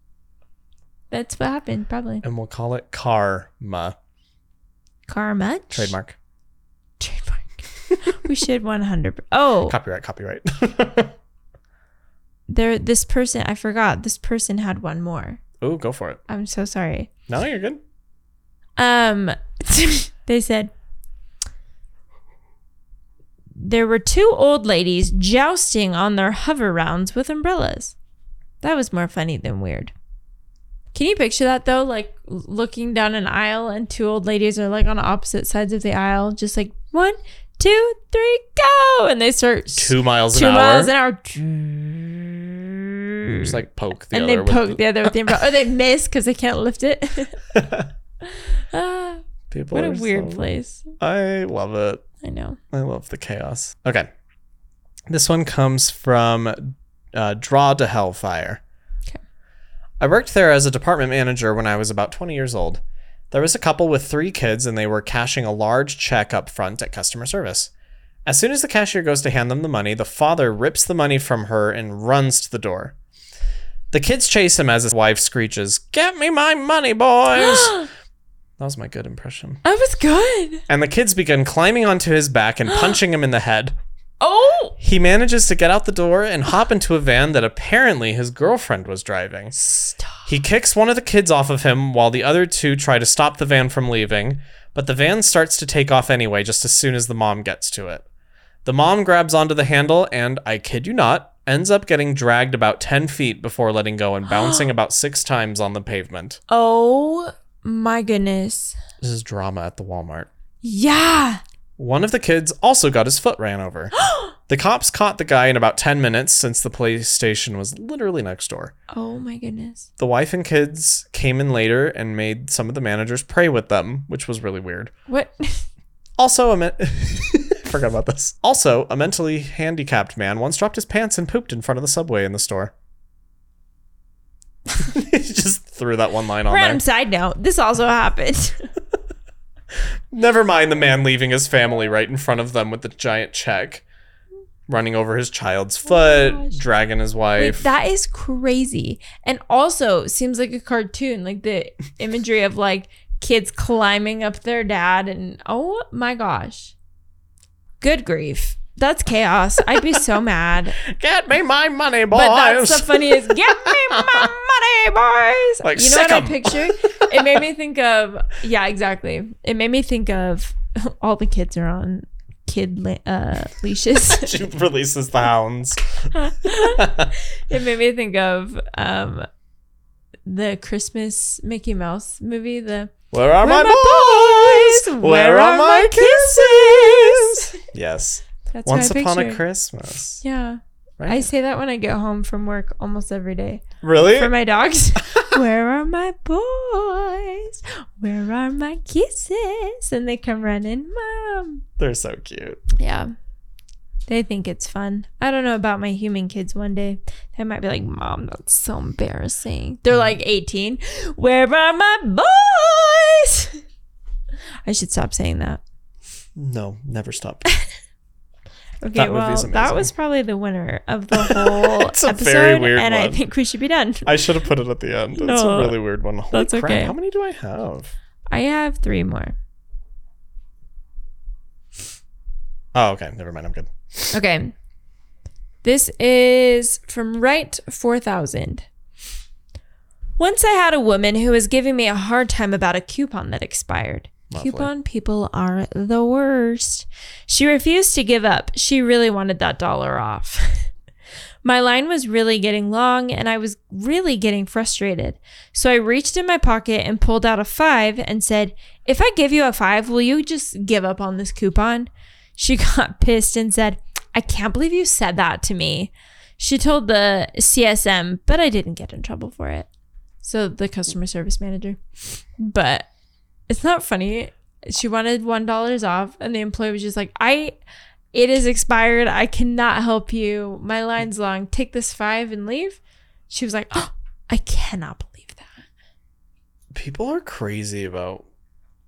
Speaker 1: That's what happened, probably.
Speaker 2: And we'll call it karma.
Speaker 1: Karma.
Speaker 2: Trademark.
Speaker 1: Trademark. we should 100. Oh,
Speaker 2: Copyright. Copyright.
Speaker 1: there. This person, I forgot. This person had one more.
Speaker 2: Ooh, go for it.
Speaker 1: I'm so sorry.
Speaker 2: No, you're good.
Speaker 1: Um, they said there were two old ladies jousting on their hover rounds with umbrellas. That was more funny than weird. Can you picture that though? Like l- looking down an aisle and two old ladies are like on opposite sides of the aisle, just like one, two, three, go, and they start s-
Speaker 2: Two miles
Speaker 1: two
Speaker 2: an
Speaker 1: miles
Speaker 2: hour.
Speaker 1: an hour.
Speaker 2: Just like poke the
Speaker 1: and they
Speaker 2: other.
Speaker 1: poke
Speaker 2: with
Speaker 1: the other with the umbrella, or they miss because they can't lift it. Ah,
Speaker 2: People
Speaker 1: what a
Speaker 2: are
Speaker 1: weird
Speaker 2: so-
Speaker 1: place.
Speaker 2: I love it.
Speaker 1: I know.
Speaker 2: I love the chaos. Okay. This one comes from uh, Draw to Hellfire. I worked there as a department manager when I was about 20 years old. There was a couple with three kids, and they were cashing a large check up front at customer service. As soon as the cashier goes to hand them the money, the father rips the money from her and runs to the door. The kids chase him as his wife screeches, Get me my money, boys!
Speaker 1: I
Speaker 2: that was my good impression.
Speaker 1: was good.
Speaker 2: And the kids begin climbing onto his back and punching him in the head.
Speaker 1: Oh,
Speaker 2: He manages to get out the door and hop into a van that apparently his girlfriend was driving.
Speaker 1: stop.
Speaker 2: He kicks one of the kids off of him while the other two try to stop the van from leaving, but the van starts to take off anyway just as soon as the mom gets to it. The mom grabs onto the handle and, I kid you not, ends up getting dragged about 10 feet before letting go and bouncing about six times on the pavement.
Speaker 1: Oh my goodness.
Speaker 2: This is drama at the Walmart.
Speaker 1: Yeah.
Speaker 2: One of the kids also got his foot ran over. the cops caught the guy in about 10 minutes since the police station was literally next door.
Speaker 1: Oh my goodness.
Speaker 2: The wife and kids came in later and made some of the managers pray with them, which was really weird.
Speaker 1: What?
Speaker 2: Also, a men- forgot about this. Also, a mentally handicapped man once dropped his pants and pooped in front of the subway in the store. he just threw that one line on
Speaker 1: Random
Speaker 2: there.
Speaker 1: side note. This also happened.
Speaker 2: Never mind the man leaving his family right in front of them with the giant check, running over his child's
Speaker 1: Oh my
Speaker 2: foot,
Speaker 1: gosh.
Speaker 2: dragging his
Speaker 1: Wait,
Speaker 2: wife.
Speaker 1: that is crazy. And also seems like a cartoon, like the imagery of like kids climbing up their dad and oh my gosh. Good grief. That's chaos. I'd be so mad.
Speaker 2: Get me my money, boys!
Speaker 1: But that's the funniest. Get me my money, boys.
Speaker 2: Like,
Speaker 1: you know what
Speaker 2: sick
Speaker 1: I
Speaker 2: 'em.
Speaker 1: pictured? It made me think of yeah, exactly. It made me think of all the kids are on kid le- uh, leashes.
Speaker 2: she releases the hounds.
Speaker 1: it made me think of um, the Christmas Mickey Mouse movie. The
Speaker 2: Where are
Speaker 1: Where
Speaker 2: my,
Speaker 1: my
Speaker 2: boys?
Speaker 1: boys?
Speaker 2: Where
Speaker 1: Where
Speaker 2: are
Speaker 1: are
Speaker 2: my
Speaker 1: my
Speaker 2: kisses? Yes.
Speaker 1: that's
Speaker 2: Once
Speaker 1: what I
Speaker 2: upon a
Speaker 1: picture.
Speaker 2: Christmas.
Speaker 1: Yeah,
Speaker 2: Right?
Speaker 1: I say that when I get home from work almost every day.
Speaker 2: really?
Speaker 1: for my dogs. Where are my boys? Where are my kisses? And they come running, mom.
Speaker 2: They're so cute.
Speaker 1: Yeah. They think it's fun. I don't know about my human kids one day. They might be like, Mom, that's so embarrassing. They're like 18. Where are my boys? I should stop saying that.
Speaker 2: No, never stop.
Speaker 1: Okay,
Speaker 2: That movie's
Speaker 1: well, that
Speaker 2: amazing.
Speaker 1: was probably the winner of the whole
Speaker 2: It's a
Speaker 1: episode.
Speaker 2: very weird
Speaker 1: and I
Speaker 2: one.
Speaker 1: think we should be done.
Speaker 2: I should have put it at the end. It's a
Speaker 1: No,
Speaker 2: really weird one. Holy
Speaker 1: that's
Speaker 2: crap.
Speaker 1: okay.
Speaker 2: How many do I have?
Speaker 1: I have three more.
Speaker 2: Oh, okay. Never mind. I'm good.
Speaker 1: Okay. This is from Right 4000. Once I had a woman who was giving me a hard time about a coupon that expired.
Speaker 2: Lovely.
Speaker 1: Coupon people are the worst. She refused to give up. She really wanted that dollar off. my line was really getting long and I was really getting frustrated. So I reached in my pocket and pulled out a five and said, If I give you a five, will you just give up on this coupon? She got pissed and said, I can't believe you said that to me. She told the CSM, but I didn't get in trouble for it. So the customer service manager. But it's not funny. She wanted one dollars off, and the employee was just like, "I, it is expired. I cannot help you. My line's long. Take this five and leave." She was like, "Oh, I cannot believe that."
Speaker 2: People are crazy about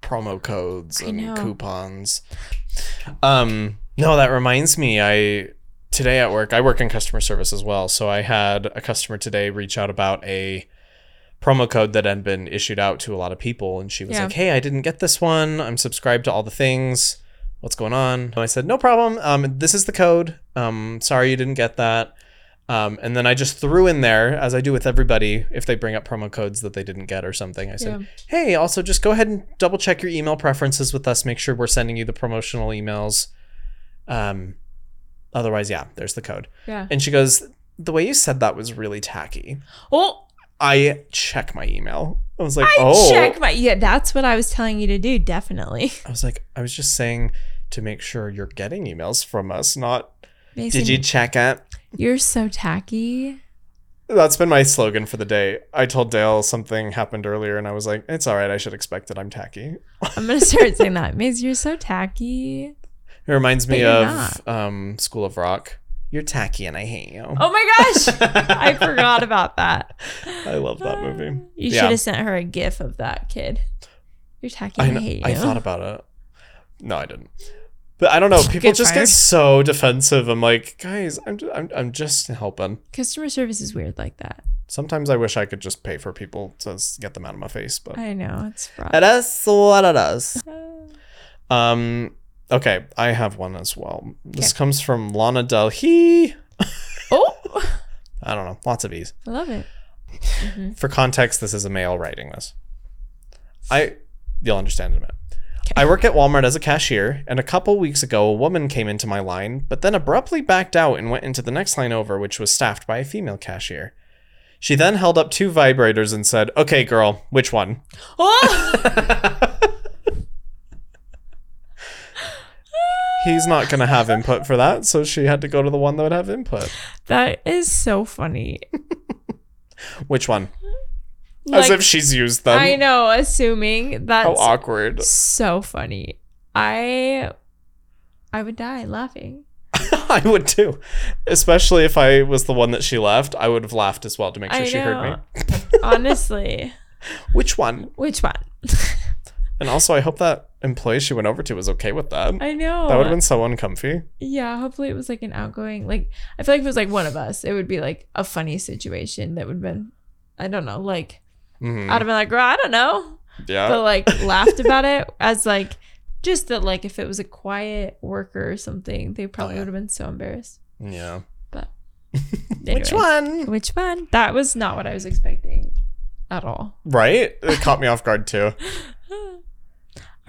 Speaker 2: promo codes
Speaker 1: I
Speaker 2: and
Speaker 1: know.
Speaker 2: coupons. Um, no, that reminds me. I today at work, I work in customer service as well. So I had a customer today reach out about a promo code that had been issued out to a lot of people, and she was
Speaker 1: Yeah.
Speaker 2: like, "Hey, I didn't get this one. I'm subscribed to all the things. What's going on?" And I said, "No problem. Um, this is the code. Um, sorry you didn't get that." Um, and then I just threw in there, as I do with everybody, if they bring up promo codes that they didn't get or something. I said,
Speaker 1: Yeah.
Speaker 2: "Hey, also just go ahead and double check your email preferences with us. Make sure we're sending you the promotional emails. Um, otherwise, yeah, there's the code."
Speaker 1: Yeah.
Speaker 2: And she goes, "The way you said that was really tacky.
Speaker 1: Oh,
Speaker 2: I check my email." I was like,
Speaker 1: I
Speaker 2: "Oh."
Speaker 1: check my. Yeah, that's what I was telling you to do. Definitely.
Speaker 2: I was like, "I was just saying to make sure you're getting emails from us, not
Speaker 1: Mason,
Speaker 2: did you check it?"
Speaker 1: You're so tacky.
Speaker 2: That's been my slogan for the day. I told Dale something happened earlier, and I was like, "It's all right. I should expect it. I'm tacky."
Speaker 1: I'm gonna start saying that. Maze, you're so tacky.
Speaker 2: It reminds me
Speaker 1: But you're
Speaker 2: of um, School of Rock. You're tacky and I hate you.
Speaker 1: Oh my gosh. I forgot about that.
Speaker 2: I love that movie.
Speaker 1: You
Speaker 2: Yeah.
Speaker 1: should have sent her a gif of that kid. You're tacky.
Speaker 2: I,
Speaker 1: I,
Speaker 2: kn-
Speaker 1: hate you.
Speaker 2: I thought about it. No, I didn't. But I don't know. People
Speaker 1: Get
Speaker 2: just
Speaker 1: fired.
Speaker 2: get so defensive. I'm like, guys, I'm, ju- I'm I'm just helping.
Speaker 1: Customer service is weird like that.
Speaker 2: Sometimes I wish I could just pay for people to s- get them out of my face, but
Speaker 1: I know it's rough.
Speaker 2: it is what it is.
Speaker 1: Uh,
Speaker 2: Um. Okay, I have one as well. This comes from Lana Del Rey.
Speaker 1: oh,
Speaker 2: I don't know. Lots of e's.
Speaker 1: I love it. Mm-hmm.
Speaker 2: For context, this is a male writing this. I you'll understand in a minute. I work at Walmart as a cashier, and a couple weeks ago a woman came into my line, but then abruptly backed out and went into the next line over, which was staffed by a female cashier. She then held up two vibrators and said, Okay, girl, which one?
Speaker 1: Oh,
Speaker 2: He's not gonna have input for that, so she had to go to the one that would have input.
Speaker 1: that is so funny.
Speaker 2: Which one? as
Speaker 1: Like,
Speaker 2: if she's used them.
Speaker 1: I know, assuming
Speaker 2: How
Speaker 1: that's
Speaker 2: awkward.
Speaker 1: so funny. I I would die laughing.
Speaker 2: I would too. Especially if I was the one that she left, I would have laughed as well to make sure
Speaker 1: I
Speaker 2: she heard
Speaker 1: know.
Speaker 2: me.
Speaker 1: Honestly.
Speaker 2: Which one?
Speaker 1: Which one?
Speaker 2: And also, I hope that employee she went over to was okay with that.
Speaker 1: I know.
Speaker 2: that would have been so uncomfy.
Speaker 1: yeah, hopefully it was like an outgoing like I feel like if it was like one of us, it would be like a funny situation that would have been I don't know, like
Speaker 2: Mhm.
Speaker 1: I'd have been like, girl, I don't know.
Speaker 2: yeah.
Speaker 1: But like laughed about it as like just that like if it was a quiet worker or something, they probably
Speaker 2: Oh, yeah.
Speaker 1: would have been so embarrassed.
Speaker 2: yeah.
Speaker 1: Anyways.
Speaker 2: Which one?
Speaker 1: Which one? That was not what I was expecting at all.
Speaker 2: Right? It caught me off guard too.
Speaker 1: all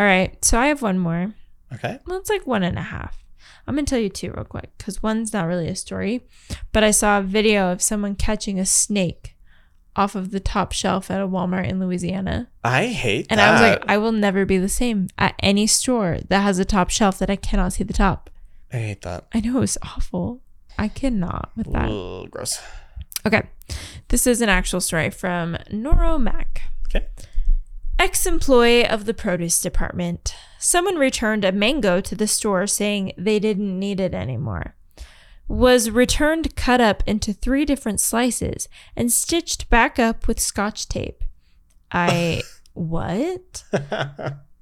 Speaker 1: right. So I have one more.
Speaker 2: Okay.
Speaker 1: Well, it's like one and a half. I'm going to tell you two real quick because one's not really a story. But I saw a video of someone catching a snake off of the top shelf at a Walmart in Louisiana.
Speaker 2: I hate
Speaker 1: And
Speaker 2: that.
Speaker 1: I was like, I will never be the same at any store that has a top shelf that I cannot see the top.
Speaker 2: I hate that.
Speaker 1: I know it was awful. I cannot with that.
Speaker 2: Ugh, gross.
Speaker 1: Okay. This is an actual story from Noro Mac.
Speaker 2: Okay.
Speaker 1: Ex employee of the produce department. Someone returned a mango to the store saying they didn't need it anymore. Was returned cut up into three different slices and stitched back up with scotch tape. I. what?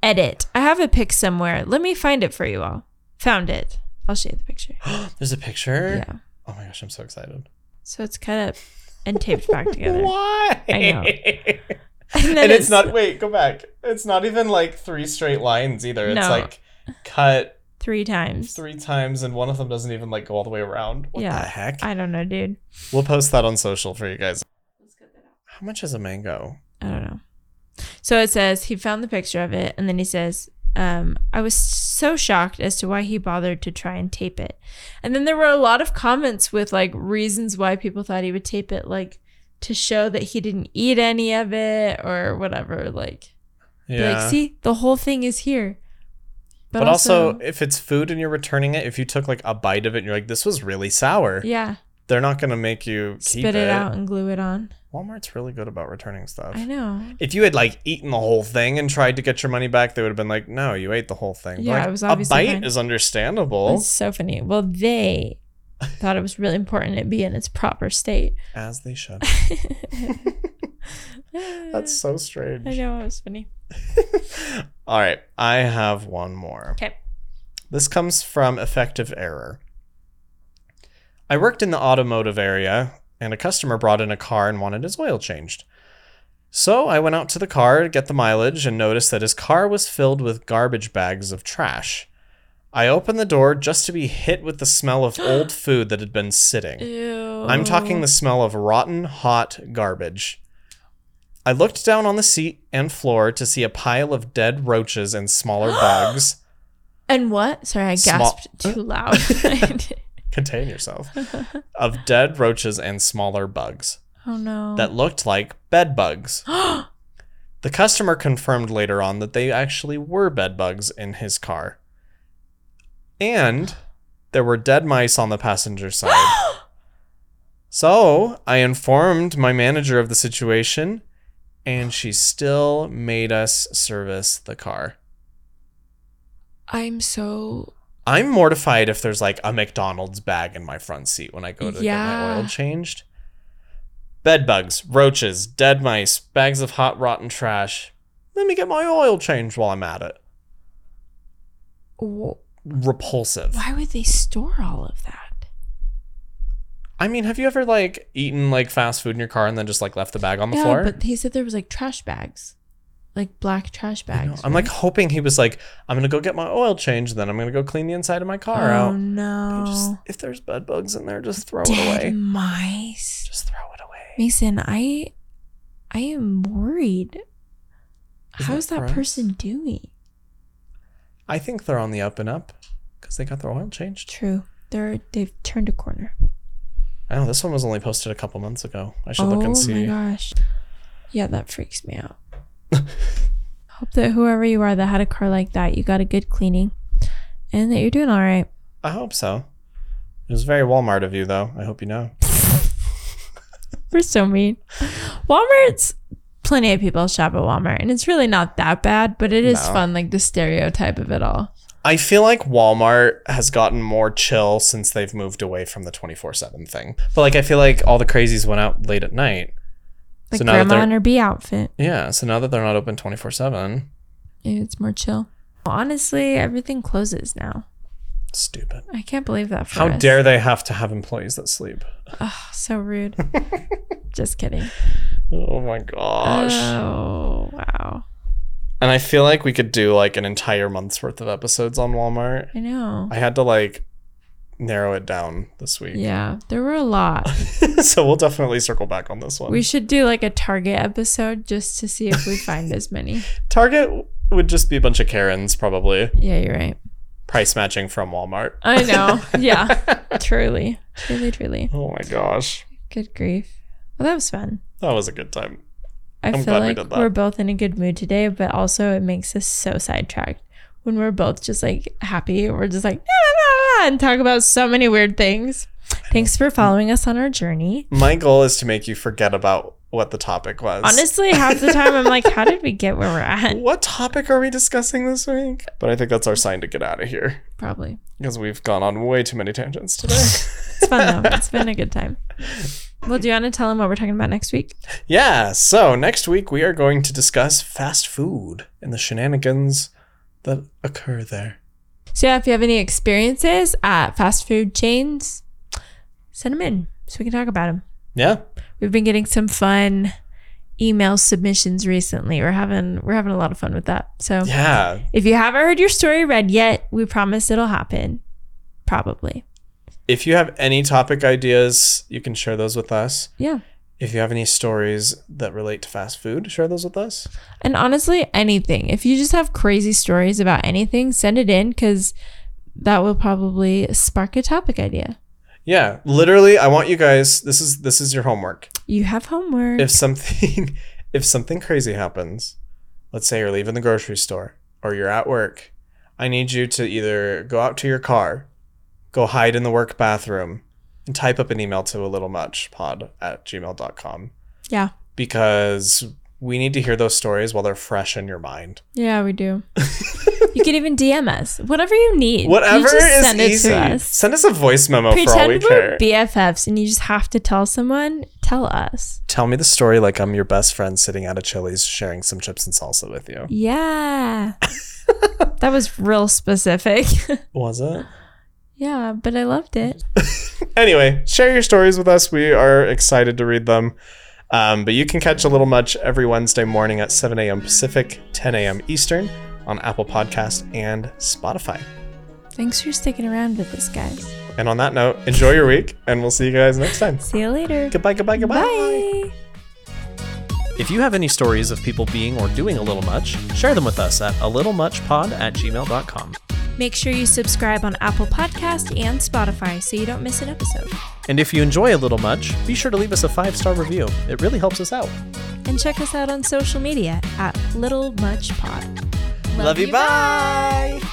Speaker 1: Edit. I have a pic somewhere. Let me find it for you all. Found it. I'll show you the picture.
Speaker 2: There's a picture.
Speaker 1: Yeah.
Speaker 2: Oh my gosh, I'm so excited.
Speaker 1: So it's cut up and taped back together.
Speaker 2: Why?
Speaker 1: I know. then
Speaker 2: and it's not wait go back it's not even like three straight lines either it's
Speaker 1: No.
Speaker 2: like cut
Speaker 1: three times.
Speaker 2: three times and one of them doesn't even like go all the way around what
Speaker 1: Yeah.
Speaker 2: the heck
Speaker 1: I don't know, dude.
Speaker 2: we'll post that on social for you guys how much is a mango
Speaker 1: I don't know. So it says he found the picture of it, and then he says, um, "I was so shocked as to why he bothered to try and tape it." And then there were a lot of comments with like reasons why people thought he would tape it, like to show that he didn't eat any of it or whatever. Like, be
Speaker 2: yeah
Speaker 1: like see, the whole thing is here.
Speaker 2: but, also, if it's food and you're returning it if you took like a bite of it and you're like this was really sour
Speaker 1: yeah,
Speaker 2: they're not gonna make you keep
Speaker 1: spit it, out and glue it on.
Speaker 2: walmart's really good about returning stuff
Speaker 1: I know.
Speaker 2: if you had like eaten the whole thing and tried to get your money back, they would have been like, "No, you ate the whole thing."
Speaker 1: Yeah,
Speaker 2: like,
Speaker 1: it was
Speaker 2: a
Speaker 1: obviously
Speaker 2: bite
Speaker 1: fine.
Speaker 2: is understandable.
Speaker 1: It's so funny. Well, they thought it was really important it be in its proper state.
Speaker 2: As they should. That's
Speaker 1: That's
Speaker 2: so strange.
Speaker 1: I know it was funny.
Speaker 2: All right, I have one more.
Speaker 1: Okay.
Speaker 2: This comes from Effective Error. I worked in the automotive area, and a customer brought in a car and wanted his oil changed. So I went out to the car to get the mileage and noticed that his car was filled with garbage bags of trash. I opened the door just to be hit with the smell of old food that had been sitting.
Speaker 1: Ew.
Speaker 2: I'm talking the smell of rotten, hot garbage. I looked down on the seat and floor to see a pile of dead roaches and smaller bugs.
Speaker 1: And what? Sorry, I
Speaker 2: Small-
Speaker 1: gasped too loud.
Speaker 2: Contain yourself. Of dead roaches and smaller bugs
Speaker 1: oh no.
Speaker 2: that looked like bed bugs. The customer confirmed later on that they actually were bed bugs in his car. And there were dead mice on the passenger side. So I informed my manager of the situation, and she still made us service the car.
Speaker 1: I'm so
Speaker 2: I'm mortified if there's like a McDonald's bag in my front seat when I go to get my
Speaker 1: Yeah.
Speaker 2: oil changed. Bed bugs, roaches, dead mice, bags of hot rotten trash. Let me get my oil changed while I'm at it.
Speaker 1: Wh-
Speaker 2: Repulsive.
Speaker 1: Why would they store all of that?
Speaker 2: I mean, have you ever like eaten like fast food in your car and then just like left the bag on the
Speaker 1: yeah,
Speaker 2: floor?
Speaker 1: but he said there was like trash bags, like black trash
Speaker 2: You know,
Speaker 1: bags.
Speaker 2: I'm like
Speaker 1: right?
Speaker 2: hoping he was like, I'm gonna go get my oil changed, and then I'm gonna go clean the inside of my car
Speaker 1: oh
Speaker 2: out.
Speaker 1: no,
Speaker 2: You Just, if there's bed bugs in there, just throw it
Speaker 1: dead
Speaker 2: away.
Speaker 1: mice.
Speaker 2: Just throw it away.
Speaker 1: Mason, I, I am worried.
Speaker 2: Isn't
Speaker 1: How's
Speaker 2: that
Speaker 1: that
Speaker 2: gross?
Speaker 1: person doing?
Speaker 2: I think they're on the up and up because they got their oil changed.
Speaker 1: True, they're they've turned a corner.
Speaker 2: Oh, this one was only posted a couple months ago. I should look and see.
Speaker 1: Oh my gosh. Yeah, that freaks me out. Hope that whoever you are that had a car like that, you got a good cleaning and that you're doing all right.
Speaker 2: I hope so. It was very Walmart of you, though. I hope you know.
Speaker 1: We're so mean. Walmart's plenty of people shop at Walmart and it's really not that bad, but it is
Speaker 2: No.
Speaker 1: fun, like the stereotype of it all.
Speaker 2: I feel like Walmart has gotten more chill since they've moved away from the 24 7 thing. But like, I feel like all the crazies went out late at night.
Speaker 1: Like
Speaker 2: So now that
Speaker 1: grandma
Speaker 2: they're-
Speaker 1: in her bee outfit.
Speaker 2: Yeah, so now that they're not open 24 7,
Speaker 1: It's more chill. Honestly, everything closes now.
Speaker 2: stupid.
Speaker 1: I can't believe that for
Speaker 2: How
Speaker 1: us.
Speaker 2: dare they have to have employees that sleep?
Speaker 1: Ugh, so rude. Just kidding.
Speaker 2: Oh my gosh.
Speaker 1: Oh wow.
Speaker 2: and I feel like we could do like an entire month's worth of episodes on Walmart.
Speaker 1: I know.
Speaker 2: I had to like narrow it down this week.
Speaker 1: Yeah, there were a lot.
Speaker 2: so we'll definitely circle back on this one.
Speaker 1: We should do like a Target episode just to see if we find as many.
Speaker 2: Target would just be a bunch of Karens, probably.
Speaker 1: Yeah, you're right.
Speaker 2: Price matching from Walmart.
Speaker 1: I know. Yeah, truly. Truly, truly.
Speaker 2: Oh my gosh.
Speaker 1: Good grief. Well, that was fun.
Speaker 2: That was a good time.
Speaker 1: I
Speaker 2: I'm
Speaker 1: feel
Speaker 2: glad we
Speaker 1: like
Speaker 2: did that.
Speaker 1: we are both in a good mood today, but also it makes us so sidetracked. When we're both just like happy, we're just like, "Ah, ah, ah," and talk about so many weird things. Thanks for following us on our journey.
Speaker 2: My goal is to make you forget about what the topic was.
Speaker 1: Honestly, half the time I'm like, how did we get where we're at?
Speaker 2: What topic are we discussing this week? But I think that's our sign to get out of here
Speaker 1: Probably.
Speaker 2: because we've gone on way too many tangents today.
Speaker 1: It's fun though. It's been a good time. Well, do you want to tell them what we're talking about next week?
Speaker 2: yeah, so next week we are going to discuss fast food and the shenanigans that occur there.
Speaker 1: So yeah, if you have any experiences at fast food chains, send them in so we can talk about them.
Speaker 2: Yeah.
Speaker 1: We've been getting some fun email submissions recently. We're having we're having a lot of fun with that. So
Speaker 2: Yeah.
Speaker 1: if you haven't heard your story read yet, we promise it'll happen. Probably.
Speaker 2: If you have any topic ideas, you can share those with us.
Speaker 1: Yeah.
Speaker 2: If you have any stories that relate to fast food, share those with us.
Speaker 1: And honestly, anything. If you just have crazy stories about anything, send it in because that will probably spark a topic idea.
Speaker 2: Yeah, literally I want you guys this is this is your homework.
Speaker 1: You have homework.
Speaker 2: If something if something crazy happens, let's say you're leaving the grocery store or you're at work, I need you to either go out to your car, go hide in the work bathroom, and type up an email to a little much pod at gmail.com
Speaker 1: yeah.
Speaker 2: because we need to hear those stories while they're fresh in your mind.
Speaker 1: Yeah, we do. you can even DM us. Whatever you need. you
Speaker 2: Whatever
Speaker 1: just
Speaker 2: is
Speaker 1: send it
Speaker 2: easy.
Speaker 1: to us.
Speaker 2: Send us a voice memo Oh, for all we
Speaker 1: Pretend
Speaker 2: care.
Speaker 1: we're BFFs and you just have to tell someone, tell us.
Speaker 2: Tell me the story like I'm your best friend sitting at a Chili's sharing some chips and salsa with you.
Speaker 1: Yeah. that was real specific.
Speaker 2: Was it?
Speaker 1: yeah, but I loved it.
Speaker 2: Anyway, share your stories with us. We are excited to read them. Um, but you can catch a little much every Wednesday morning at 7 a.m. Pacific, 10 a.m. Eastern on Apple Podcast and Spotify.
Speaker 1: Thanks for sticking around with us, guys.
Speaker 2: And on that note, enjoy your week, and we'll see you guys next time.
Speaker 1: See you later.
Speaker 2: Goodbye, goodbye, goodbye.
Speaker 1: Bye.
Speaker 2: If you have any stories of people being or doing a little much, share them with us at a little much pod at gmail.com.
Speaker 1: Make sure you subscribe on Apple Podcast and Spotify so you don't miss an episode.
Speaker 2: And if you enjoy a little much, be sure to leave us a five star review. It really helps us out.
Speaker 1: And check us out on social media at Little Much Pod.
Speaker 2: Love, you. Bye.